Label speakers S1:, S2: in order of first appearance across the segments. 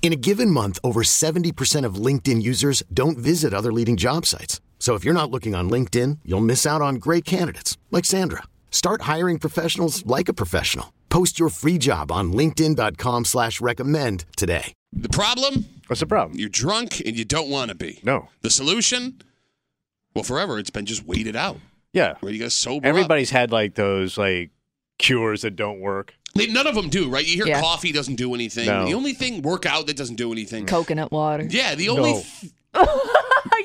S1: In a given month, over 70% of LinkedIn users don't visit other leading job sites. So if you're not looking on LinkedIn, you'll miss out on great candidates like Sandra. Start hiring professionals like a professional. Post your free job on LinkedIn.com slash recommend today.
S2: The problem?
S3: What's the problem?
S2: You're drunk and you don't want to be.
S3: No.
S2: The solution? Well, forever it's been just waited out.
S3: Yeah.
S2: Where you got to sober up.
S3: Everybody's had like those like cures that don't work.
S2: They- None of them do, right? You hear
S4: Yeah.
S2: coffee doesn't do anything.
S3: No.
S2: The only thing, workout that doesn't do anything.
S4: Coconut water.
S2: yeah, the only.
S3: No.
S2: th-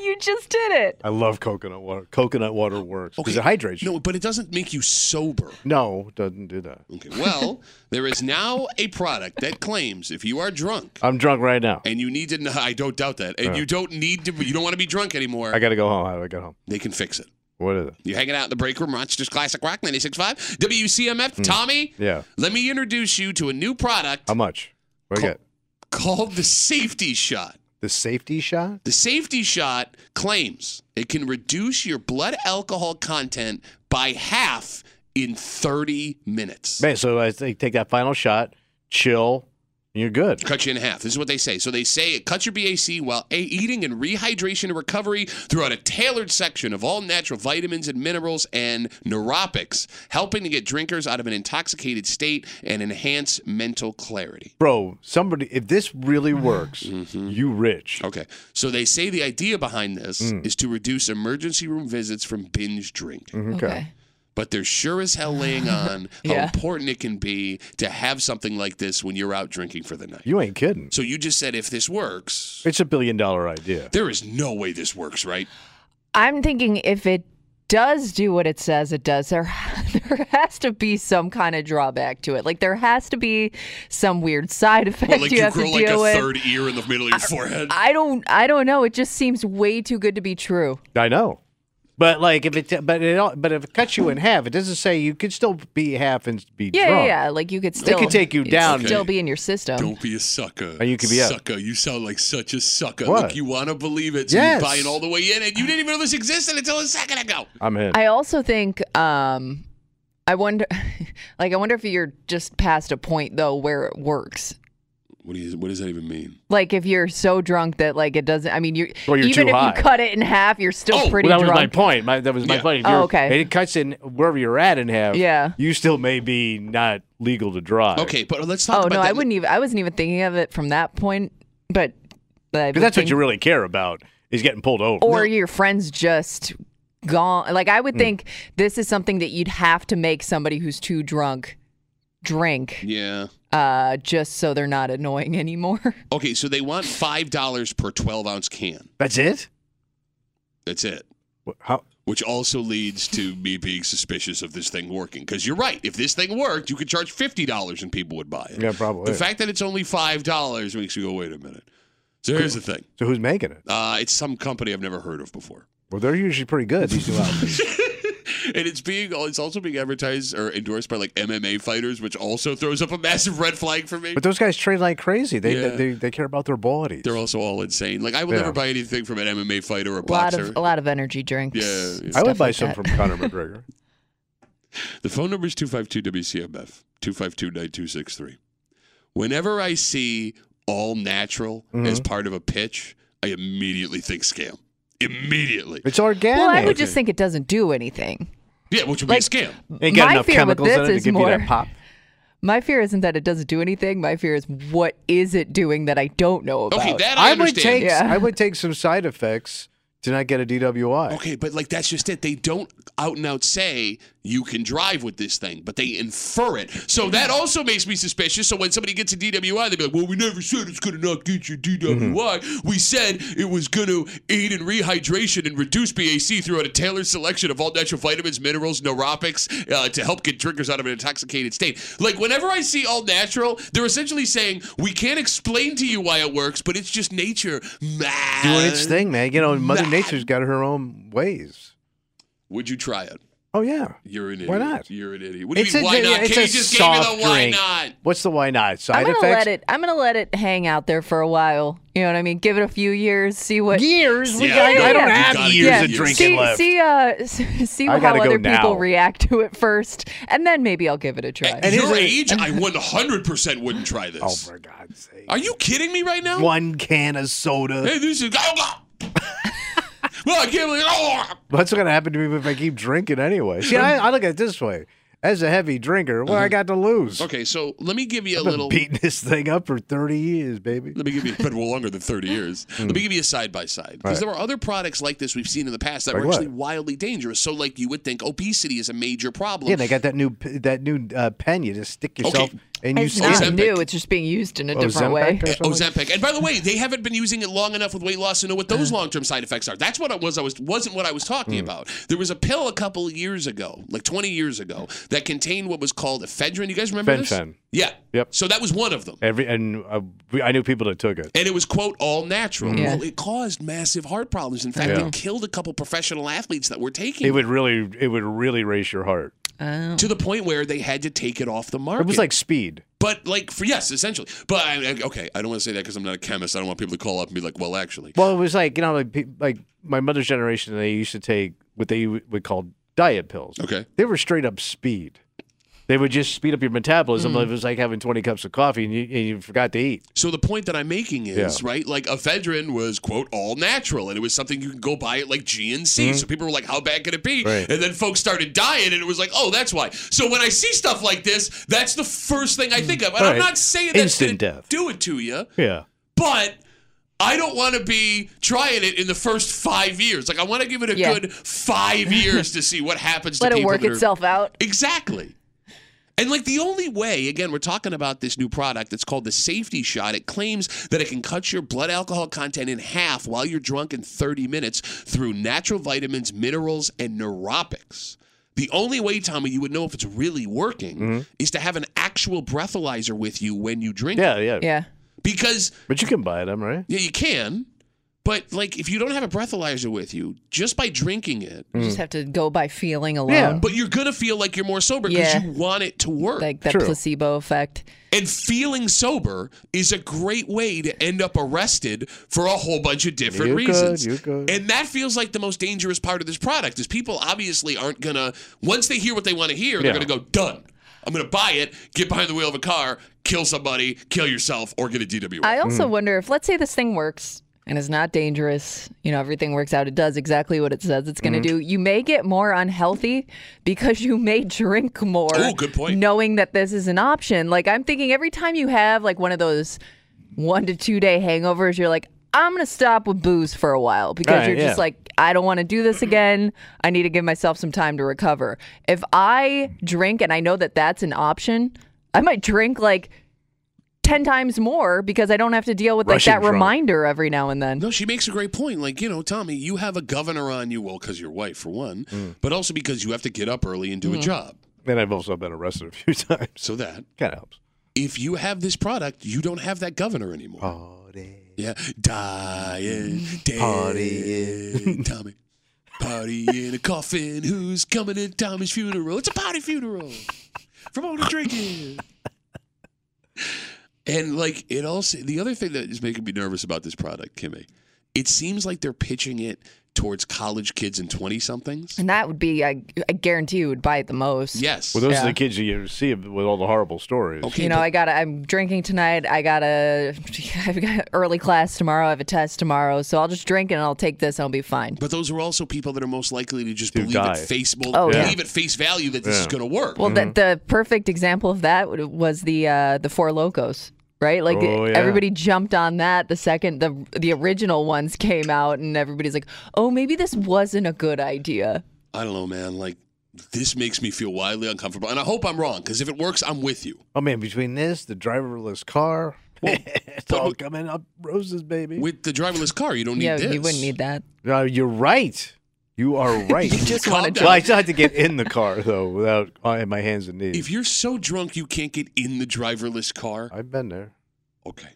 S4: you just did it.
S3: I love coconut water. Coconut water works because it hydrates you.
S2: no, but it doesn't make you sober.
S3: No, it doesn't do that.
S2: Okay. Well, there is now a product that claims if you are drunk
S3: I'm drunk right now.
S2: and you need to, no, I don't doubt that, and you don't need to, you don't want to be drunk anymore,
S3: Uh. I got to go home. How do I get home?
S2: they can fix it.
S3: What is it?
S2: You're hanging out in the break room, Rochester's Classic Rock 96.5,
S3: Hmm.
S2: WCMF. Tommy,
S3: Yeah.
S2: let me introduce you to a new product.
S3: How much? What do I
S2: Co-
S3: get?
S2: called the safety shot.
S3: The safety shot?
S2: The safety shot claims it can reduce your blood alcohol content by half in 30 minutes.
S3: Man, so I think take that final shot, chill, and you're good.
S2: Cut you in half. This is what they say. So they say it cuts your BAC while a- eating and rehydration and recovery throughout a tailored section of all natural vitamins and minerals and neuropics, helping to get drinkers out of an intoxicated state and enhance mental clarity.
S3: Bro, somebody, if this really works, you rich.
S2: Mm-hmm. Okay. So they say the idea behind this is to reduce emergency room visits from binge drinking.
S3: Okay.
S2: But they're sure as hell laying on how
S4: Mm-hmm. Yeah.
S2: important it can be to have something like this when you're out drinking for the night.
S3: You ain't kidding.
S2: So you just said if this works,
S3: It's a billion dollar idea.
S2: there is no way this works, right?
S4: I'm thinking if it does do what it says it does, there there has to be some kind of drawback to it. Like there has to be some weird side effect
S2: Well, like
S4: you,
S2: you,
S4: have
S2: grow
S4: to
S2: like a
S4: deal with.
S2: third ear in the middle of your forehead.
S4: I don't I don't know. It just seems way too good to be true.
S3: I know. But like if it but it all, but if it cuts you in half, it doesn't say you could still be half and be
S4: Yeah,
S3: drunk.
S4: yeah, yeah. Like you could
S3: They
S4: still
S3: could take you
S4: it'd
S3: down.
S4: Still
S2: Okay.
S4: be in your system.
S2: Don't be a sucker.
S3: Oh, you could be out.
S2: sucker. You sound like such a sucker.
S3: What?
S2: Look, you want to believe it, so
S3: Yes.
S2: you're buying all the way in, and you didn't even know this existed until a second ago.
S3: I'm in.
S4: I also think um I wonder like I wonder if you're just past a point though where it works.
S2: What, do you, what does that even mean?
S4: Like if you're so drunk that like it doesn't. I mean, you
S3: Or you're
S4: even
S3: too
S4: if
S3: high.
S4: you cut it in half, you're still
S2: Oh,
S4: pretty
S3: well, that
S4: drunk.
S3: was my point. My, that was my
S2: Yeah.
S3: point. If
S4: Oh,
S3: you're-
S4: okay.
S3: and It cuts in wherever you're at in half.
S4: Yeah.
S3: You still may be not legal to drive.
S2: Okay, but let's talk
S4: Oh
S2: about
S4: no,
S2: that.
S4: I wouldn't even. I wasn't even thinking of it from that point. But
S3: Because that's what you really care about is getting pulled over.
S4: or your friends just gone. Like I
S3: Hmm.
S4: would think this is something that you'd have to make somebody who's too drunk drink,
S2: Yeah.
S4: uh, just so they're not annoying anymore.
S2: Okay, so they want five dollars per twelve ounce can.
S3: that's it.
S2: That's it.
S3: Wh- How?
S2: Which also leads to me being suspicious of this thing working. Because you're right. If this thing worked, you could charge fifty dollars and people would buy it.
S3: Yeah, probably.
S2: The fact that it's only five dollars makes you go, wait a minute. So here's the thing.
S3: so who's making it?
S2: Uh, it's some company I've never heard of before.
S3: Well, they're usually pretty good. These two outfits.
S2: And it's being it's also being advertised or endorsed by like MMA fighters, which also throws up a massive red flag for me.
S3: but those guys train like crazy. They,
S2: Yeah.
S3: they, they care about their bodies.
S2: They're also all insane. Like I will
S3: Yeah.
S2: never buy anything from an MMA fighter or a
S4: a lot
S2: boxer.
S4: of a lot of energy drinks.
S2: Yeah, yeah.
S4: and
S3: I would
S4: stuff
S3: buy
S4: like
S3: some
S4: that.
S3: from Conor McGregor.
S2: The phone number is 252 WCMF, 252 9263. Whenever I see all natural as part of a pitch, I immediately think scam. Immediately.
S3: It's organic.
S4: Well, I would just think it doesn't do anything.
S2: Yeah, which would
S4: Like-
S2: be a scam.
S3: Ain't got
S4: my
S3: enough
S4: fear with
S3: chemicals in
S4: this
S3: it to
S4: is
S3: give you that
S4: more-
S3: pop.
S4: My fear isn't that it doesn't do anything. My fear is what is it doing that I don't know about.
S2: Okay, that I,
S3: would
S2: understand.
S3: take
S4: Yeah.
S3: I would take some side effects to not get a DWI.
S2: Okay, but like that's just it. They don't out and out say you can drive with this thing, but they infer it. So that
S3: Mm-hmm.
S2: also makes me suspicious. So when somebody gets a DWI, they be like, "Well, we never said it's gonna not get you DWI.
S3: Mm-hmm.
S2: We said it was gonna aid in rehydration and reduce BAC throughout a tailored selection of all natural vitamins, minerals, neuropics uh, to help get drinkers out of an intoxicated state." Like whenever I see all natural, they're essentially saying we can't explain to you why it works, but it's just nature, man.
S3: Doing its thing, man. You know, Mother
S2: nah.
S3: Nature's got her own ways.
S2: Would you try it?
S3: Oh yeah.
S2: You're an idiot.
S3: Why not?
S2: You're an idiot. What do you
S3: It's
S2: mean,
S3: a-
S2: why not?
S3: it's
S2: Katie
S3: a
S2: just gave me the
S3: soft
S2: why
S3: drink. Uh,
S2: not.
S3: What's the why not? Side
S4: I'm gonna
S3: effects.
S4: let it. I'm gonna let it hang out there for a while. You know what I mean? Give it a few years, see what
S3: years.
S2: Yeah,
S3: I, I
S4: yeah,
S3: don't
S4: yeah.
S3: have
S2: You gotta
S3: years
S2: get
S3: of
S2: years.
S3: drinking
S4: see,
S3: left.
S4: see, uh, s- see
S3: I
S4: how
S3: gotta go
S4: other people
S3: now.
S4: react to it first, and then maybe I'll give it a try.
S2: At your
S3: here's a-
S2: age, I 100% wouldn't try this.
S3: Oh for God's sake!
S2: Are you kidding me right now?
S3: One can of soda.
S2: Hey, this is. Oh, well, I can't believe. Oh,
S3: What's gonna happen to me if I keep drinking anyway? See, I, I look at it this way: as a heavy drinker,
S2: Mm-hmm.
S3: what I got to lose?
S2: Okay, so let me give you a
S3: I've been
S2: little.
S3: beating this thing up for thirty years, baby.
S2: Let me give you, but well, longer than 30 years.
S3: Mm.
S2: Let me give you a side by side. Because there are other products like this we've seen in the past that
S3: Like
S2: were
S3: what?
S2: actually wildly dangerous. So, like, you would think obesity is a major problem.
S3: Yeah, they got that new p- that new uh, pen. You just stick yourself and you Oh,
S4: it's not
S3: scan.
S2: Ozempic.
S4: new; it's just being used in a
S3: Ozempic
S4: different way.
S3: or something?
S2: Ozempic. And by the way, they haven't been using it long enough with weight loss to know what
S3: Uh-huh.
S2: those long term side effects are. That's what I was. I was wasn't what I was talking
S3: Hmm.
S2: about. There was a pill a couple of years ago, like 20 years ago, that contained what was called ephedrine. You guys remember this?
S3: Fenfen.
S2: Yeah.
S3: Yep.
S2: So that was one of them.
S3: Every and uh, we- I knew people that took it.
S2: And it was quote all natural.
S4: Yeah.
S2: Well, it caused massive heart problems. In fact,
S3: Hmm. Yeah.
S2: it killed a couple professional athletes that were taking
S3: It
S2: it,
S3: would really it would really race your heart.
S4: Oh.
S2: to the point where they had to take it off the market.
S3: It was like speed.
S2: but like, for, yes, essentially. But I, I- okay, I don't want to say that because I'm not a chemist. I don't want people to call up and be like, well, actually,
S3: Well, it was like you know like pe- like my mother's generation. They used to take what they w- would call diet pills.
S2: okay.
S3: They were straight up speed. They would just speed up your metabolism.
S4: Mm.
S3: It was like having twenty cups of coffee and you, and you forgot to eat.
S2: So the point that I'm making is right, like ephedrine was quote all natural, and it was something you can go buy at like G and C. So people were like, "How bad can it be?"
S3: Mm-hmm. Right.
S2: And then folks started dying, and it was like, "Oh, that's why." So when I see stuff like this, that's the first thing I think of, and I'm
S3: Mm-hmm. Right.
S2: not saying that's
S3: Instant
S2: gonna
S3: death.
S2: do it to you,
S3: Yeah.
S2: but. I don't want to be trying it in the first five years. Like I want to give it a
S4: Yeah.
S2: good five years to see what happens.
S4: Let
S2: to
S4: it
S2: people
S4: work
S2: that are-
S4: itself out.
S2: Exactly. And like the only way, again, we're talking about this new product that's called the safety shot. It claims that it can cut your blood alcohol content in half while you're drunk in 30 minutes through natural vitamins, minerals, and neuropics. The only way, Tommy, you would know if it's really working is to have an actual breathalyzer with you when you drink it.
S3: Yeah. Yeah.
S4: Yeah.
S2: Because
S3: But you can buy them, right?
S2: yeah, you can, but like if you don't have a breathalyzer with you, just by drinking it,
S4: You just have to go by feeling alone.
S3: Mm. Yeah.
S2: but you're gonna feel like you're more sober because
S4: Yeah.
S2: you want it to work.
S4: Like that
S3: True.
S4: placebo effect.
S2: And feeling sober is a great way to end up arrested for a whole bunch of different
S3: You could,
S2: reasons.
S3: you could.
S2: And that feels like the most dangerous part of this product is people obviously aren't gonna once they hear what they want to hear,
S3: Yeah.
S2: they're gonna go done. I'm gonna buy it, get behind the wheel of a car, kill somebody, kill yourself, or get a DWI.
S4: I also wonder if, let's say, this thing works and is not dangerous. You know, everything works out. It does exactly what it says it's going to
S2: Mm-hmm.
S4: do. You may get more unhealthy because you may drink more.
S2: Oh, good point.
S4: Knowing that this is an option. Like I'm thinking, every time you have like one of those one to two day hangovers, you're like. I'm gonna stop with booze for a while because
S3: Right,
S4: you're just
S3: yeah.
S4: like, I don't want to do this again. I need to give myself some time to recover. If I drink and I know that that's an option, I might drink like 10 times more because I don't have to deal with like,
S3: Russian
S4: that
S3: drunk.
S4: reminder every now and then.
S2: No, she makes a great point. Like, you know, Tommy, you have a governor on you, well, because you're white, for one,
S3: Mm.
S2: but also because you have to get up early and do a job.
S3: And I've also been arrested a few times.
S2: So that
S3: Kind of helps.
S2: if you have this product, you don't have that governor anymore. Yeah. Diet, Party. Tommy. Party in a coffin. Who's coming to Tommy's funeral? It's a party funeral. From all the drinking. And like it also the other thing that is making me nervous about this product, Kimmy, it seems like they're pitching it towards college kids and twenty somethings.
S4: And that would be, I, I guarantee you would buy it the most.
S2: Yes.
S3: Well, those are
S4: Yeah.
S3: the kids you see with all the horrible stories.
S2: okay.
S4: You know,
S2: but-
S4: I got. to I'm drinking tonight. I got to I've got early class tomorrow. I have a test tomorrow, so I'll just drink and I'll take this. and I'll be fine.
S2: but those are also people that are most likely to just
S3: To
S2: believe
S3: die.
S2: at face well,
S4: Oh, yeah.
S2: believe at face value that this is
S3: Yeah.
S2: going to work.
S4: Well, the, the perfect example of that would- was the uh, the four locos. right? Like
S3: Oh, yeah.
S4: everybody jumped on that the second the the original ones came out, and everybody's like, "Oh, maybe this wasn't a good idea."
S2: I don't know, man. Like this makes me feel wildly uncomfortable, and I hope I'm wrong because if it works, I'm with you.
S3: Oh man, between this, the driverless car, it's all coming up roses, baby.
S2: With the driverless car, you don't need
S4: yeah,
S2: this.
S4: you wouldn't need that.
S3: No, you're right. You are right.
S4: just
S2: Calm
S4: wanna
S2: down.
S3: well, I still had to get in the car though, without I, my hands and knees.
S2: If you're so drunk you can't get in the driverless car,
S3: I've been there.
S2: okay.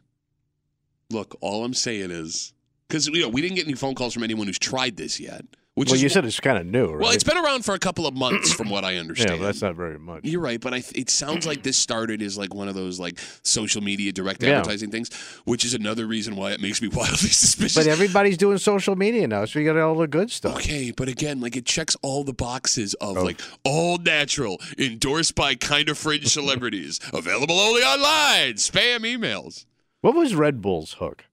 S2: Look, all I'm saying is because you know we didn't get any phone calls from anyone who's tried this yet. Which
S3: well,
S2: is
S3: you said it's kind of new, right?
S2: well, it's been around for a couple of months, from what I
S3: yeah,
S2: understand.
S3: but that's not very much.
S2: You're right, but I th- it sounds like this started as like one of those like social media direct
S3: Yeah.
S2: advertising things, which is another reason why it makes me wildly suspicious.
S3: But everybody's doing social media now, so you got all the good stuff.
S2: Okay, but again, like it checks all the boxes
S3: Oh.
S2: of like all natural, endorsed by kind of fringe celebrities, available only online, spam emails.
S3: What was Red Bull's hook?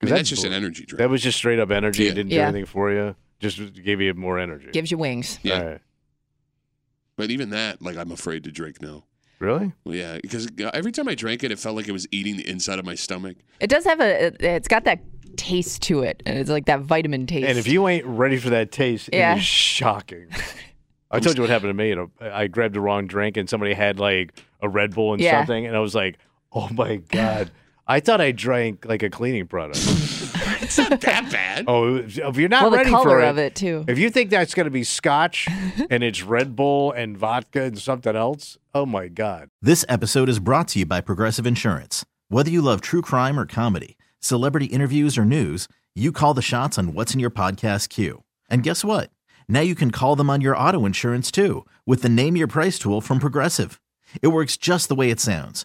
S2: I
S3: 'Cause
S2: mean, that's just an energy drink.
S3: That was just straight up energy.
S2: Yeah.
S3: It didn't
S4: Yeah.
S3: do anything for you. Just gave you more energy.
S4: Gives you wings.
S2: yeah,
S3: All right.
S2: but even that, like, I'm afraid to drink now.
S3: Really?
S2: Well, yeah, because every time I drank it, it felt like it was eating the inside of my stomach.
S4: It does have a. it- It's got that taste to it, and it's like that vitamin taste.
S3: And if you ain't ready for that taste,
S4: Yeah.
S3: it is shocking. I told you what happened to me. You know, I grabbed the wrong drink, and somebody had like a Red Bull and
S4: Yeah.
S3: something, and I was like, "Oh my god!" I thought I drank like a cleaning product.
S2: It's not that bad.
S3: oh, if you're not
S4: well, the
S3: ready for
S4: color of it too.
S3: if you think that's going to be Scotch and it's Red Bull and vodka and something else, oh my god!
S5: This episode is brought to you by Progressive Insurance. Whether you love true crime or comedy, celebrity interviews or news, you call the shots on what's in your podcast queue. And guess what? Now you can call them on your auto insurance too with the Name Your Price tool from Progressive. It works just the way it sounds.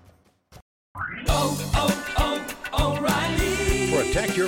S6: Protect your